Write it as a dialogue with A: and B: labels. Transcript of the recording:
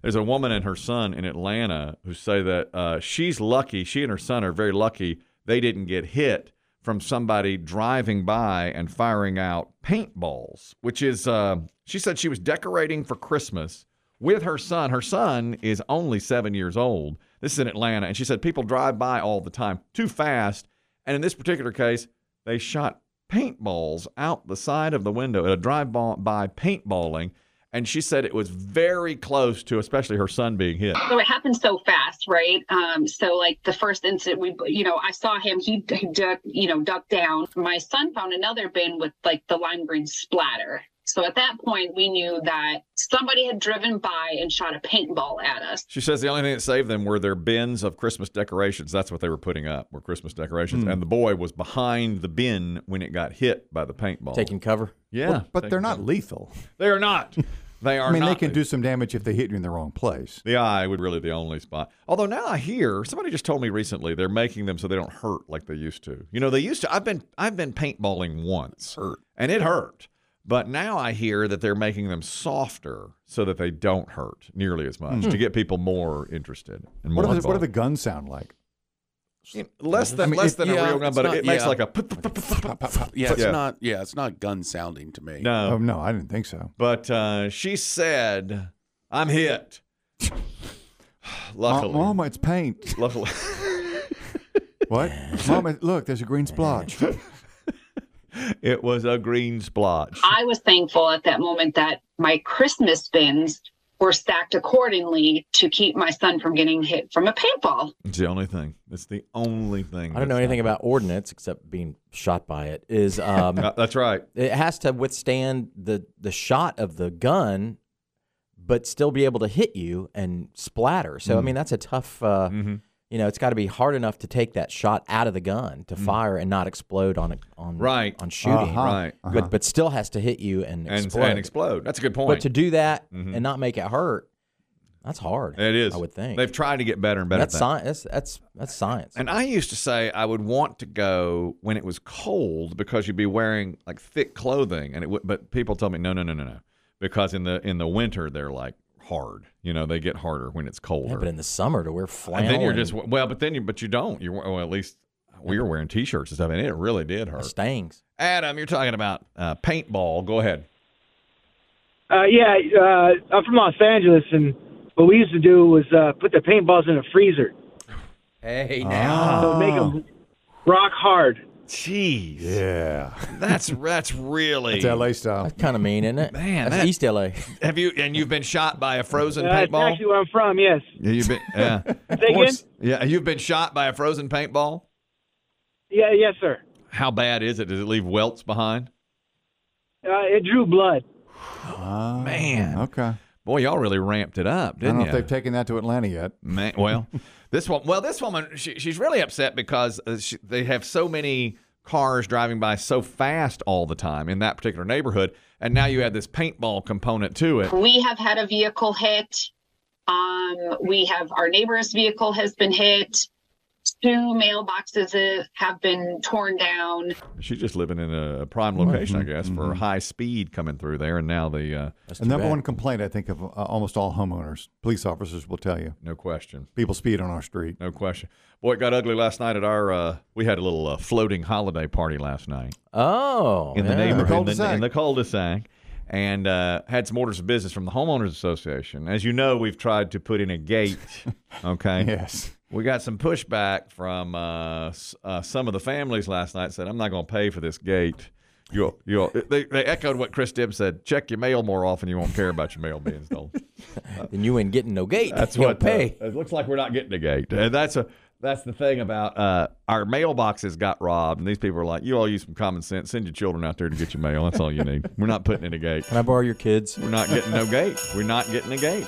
A: There's a woman and her son in Atlanta who say that uh, she's lucky. She and her son are very lucky they didn't get hit from somebody driving by and firing out paintballs, which is, uh, she said she was decorating for Christmas with her son. Her son is only seven years old. This is in Atlanta. And she said people drive by all the time too fast. And in this particular case, they shot paintballs out the side of the window at a drive by paintballing. And she said it was very close to, especially her son being hit.
B: So it happened so fast, right? Um, so like the first incident, we, you know, I saw him. He, he duck, you know, ducked down. My son found another bin with like the lime green splatter. So at that point, we knew that somebody had driven by and shot a paintball at us.
A: She says the only thing that saved them were their bins of Christmas decorations. That's what they were putting up were Christmas
C: Hmm.
A: decorations, mm. and the boy was behind the bin when it got hit by the paintball,
D: taking cover.
A: Yeah,
C: well, but they're not cover. lethal.
A: They are not. They are.
C: I mean,
A: not.
C: they can do some damage if they hit you in the wrong place.
A: The eye would really be the only spot. Although now I hear somebody just told me recently they're making them so they don't hurt like they used to. You know, they used to. I've been I've been paintballing once,
D: hurt.
A: and it hurt. But now I hear that they're making them softer so that they don't hurt nearly as much mm-hmm. to get people more interested and more.
C: What does what do the guns sound like?
A: Less than I mean, less than yeah, a real gun, but not, it makes yeah. like a
E: yeah. It's yeah. not yeah, it's not gun sounding to me.
A: No,
C: oh, no, I didn't think so.
A: But uh, she said, "I'm hit." Luckily,
C: Mama, it's paint.
A: Luckily,
C: what? Mama, look, there's a green splotch
A: Oh, it was a green splotch.
B: I was thankful at that moment that my Christmas bins were stacked accordingly to keep my son from getting hit from a paintball.
A: It's the only thing. It's the only thing.
D: I don't know anything about ordnance except being shot by it. Is um,
A: Uh, that's right.
D: It has to withstand the the shot of the gun, but still be able to hit you and splatter. So mm. I mean, that's a tough. Uh, mm-hmm you know, it's got to be hard enough to take that shot out of the gun to mm. fire and not explode on on
A: right
D: on shooting,
A: uh-huh. right?
D: Uh-huh. But but still has to hit you and explode.
A: And, and explode. That's a good point.
D: But to do that mm-hmm. and not make it hurt, that's hard.
A: It is.
D: I would think
A: they've tried to get better and better.
D: That's science. That's, that's that's science.
A: And I used to say I would want to go when it was cold because you'd be wearing like thick clothing, and it would. But people told me no, no, no, no, no, because in the in the winter they're like hard. You know, they get harder when it's colder. Yeah,
D: but in the summer to wear flannel,
A: and then you're just well, but then you but you don't. You well, at least we were wearing t-shirts and stuff, and it really did hurt.
D: stings.
A: Adam, you're talking about uh, paintball. Go ahead.
F: Uh, yeah, uh, I'm from Los Angeles, and what we used to do was uh, put the paintballs in a freezer.
A: Ah.
D: Hey, now oh.
F: so make them rock hard.
A: Jeez.
C: Yeah.
A: That's that's really
C: That's LA style.
D: That's kind of mean, isn't it?
A: Man,
D: that's that, East LA.
A: Have you and you've been shot by a frozen
F: uh,
A: paintball?
F: That's actually where I'm from. Yes.
A: Yeah, you've been. Yeah.
F: of course.
A: Yeah, you've been shot by a frozen paintball.
F: Yeah. Yes, sir.
A: How bad is it? Does it leave welts behind?
F: Uh, it drew blood.
A: Oh, man.
C: Uh, Okay.
A: Boy, y'all really ramped it up, didn't
C: I don't know
A: ya?
C: if they've taken that to Atlanta yet.
A: Man, well, this one, well, this woman, she, she's really upset because uh, she, they have so many cars driving by so fast all the time in that particular neighborhood, and now you add this paintball component to it.
B: We have had a vehicle hit. Um, we have our neighbor's vehicle has been hit. Two mailboxes uh, have been torn down.
A: She's just living in a prime location, mm-hmm. I guess, for mm-hmm. high speed coming through there, and now the uh,
C: the number bad. one complaint I think of uh, almost all homeowners, police officers will tell you.
A: No question,
C: people speed on our street.
A: No question. Boy, it got ugly last night at our. Uh, we had a little floating holiday party last night.
D: Oh,
A: in the
D: yeah.
A: neighborhood, in the, in the cul-de-sac and uh, had some orders of business from the homeowners association. As you know, we've tried to put in a gate. Okay.
C: yes.
A: We got some pushback from uh, uh, some of the families last night. Said, "I'm not going to pay for this gate." You, you. They, they echoed what Chris Dibb said. Check your mail more often. You won't care about your mail being stolen.
D: then you ain't getting no gate.
A: That's
D: You'll
A: what.
D: Pay.
A: uh, it looks like we're not getting a gate. And that's a that's the thing about uh, our mailboxes got robbed, and these people are like, "You all use some common sense. Send your children out there to get your mail. That's all you need. We're not putting in a gate.
D: Can I borrow your kids?
A: We're not getting no gate. We're not getting a gate.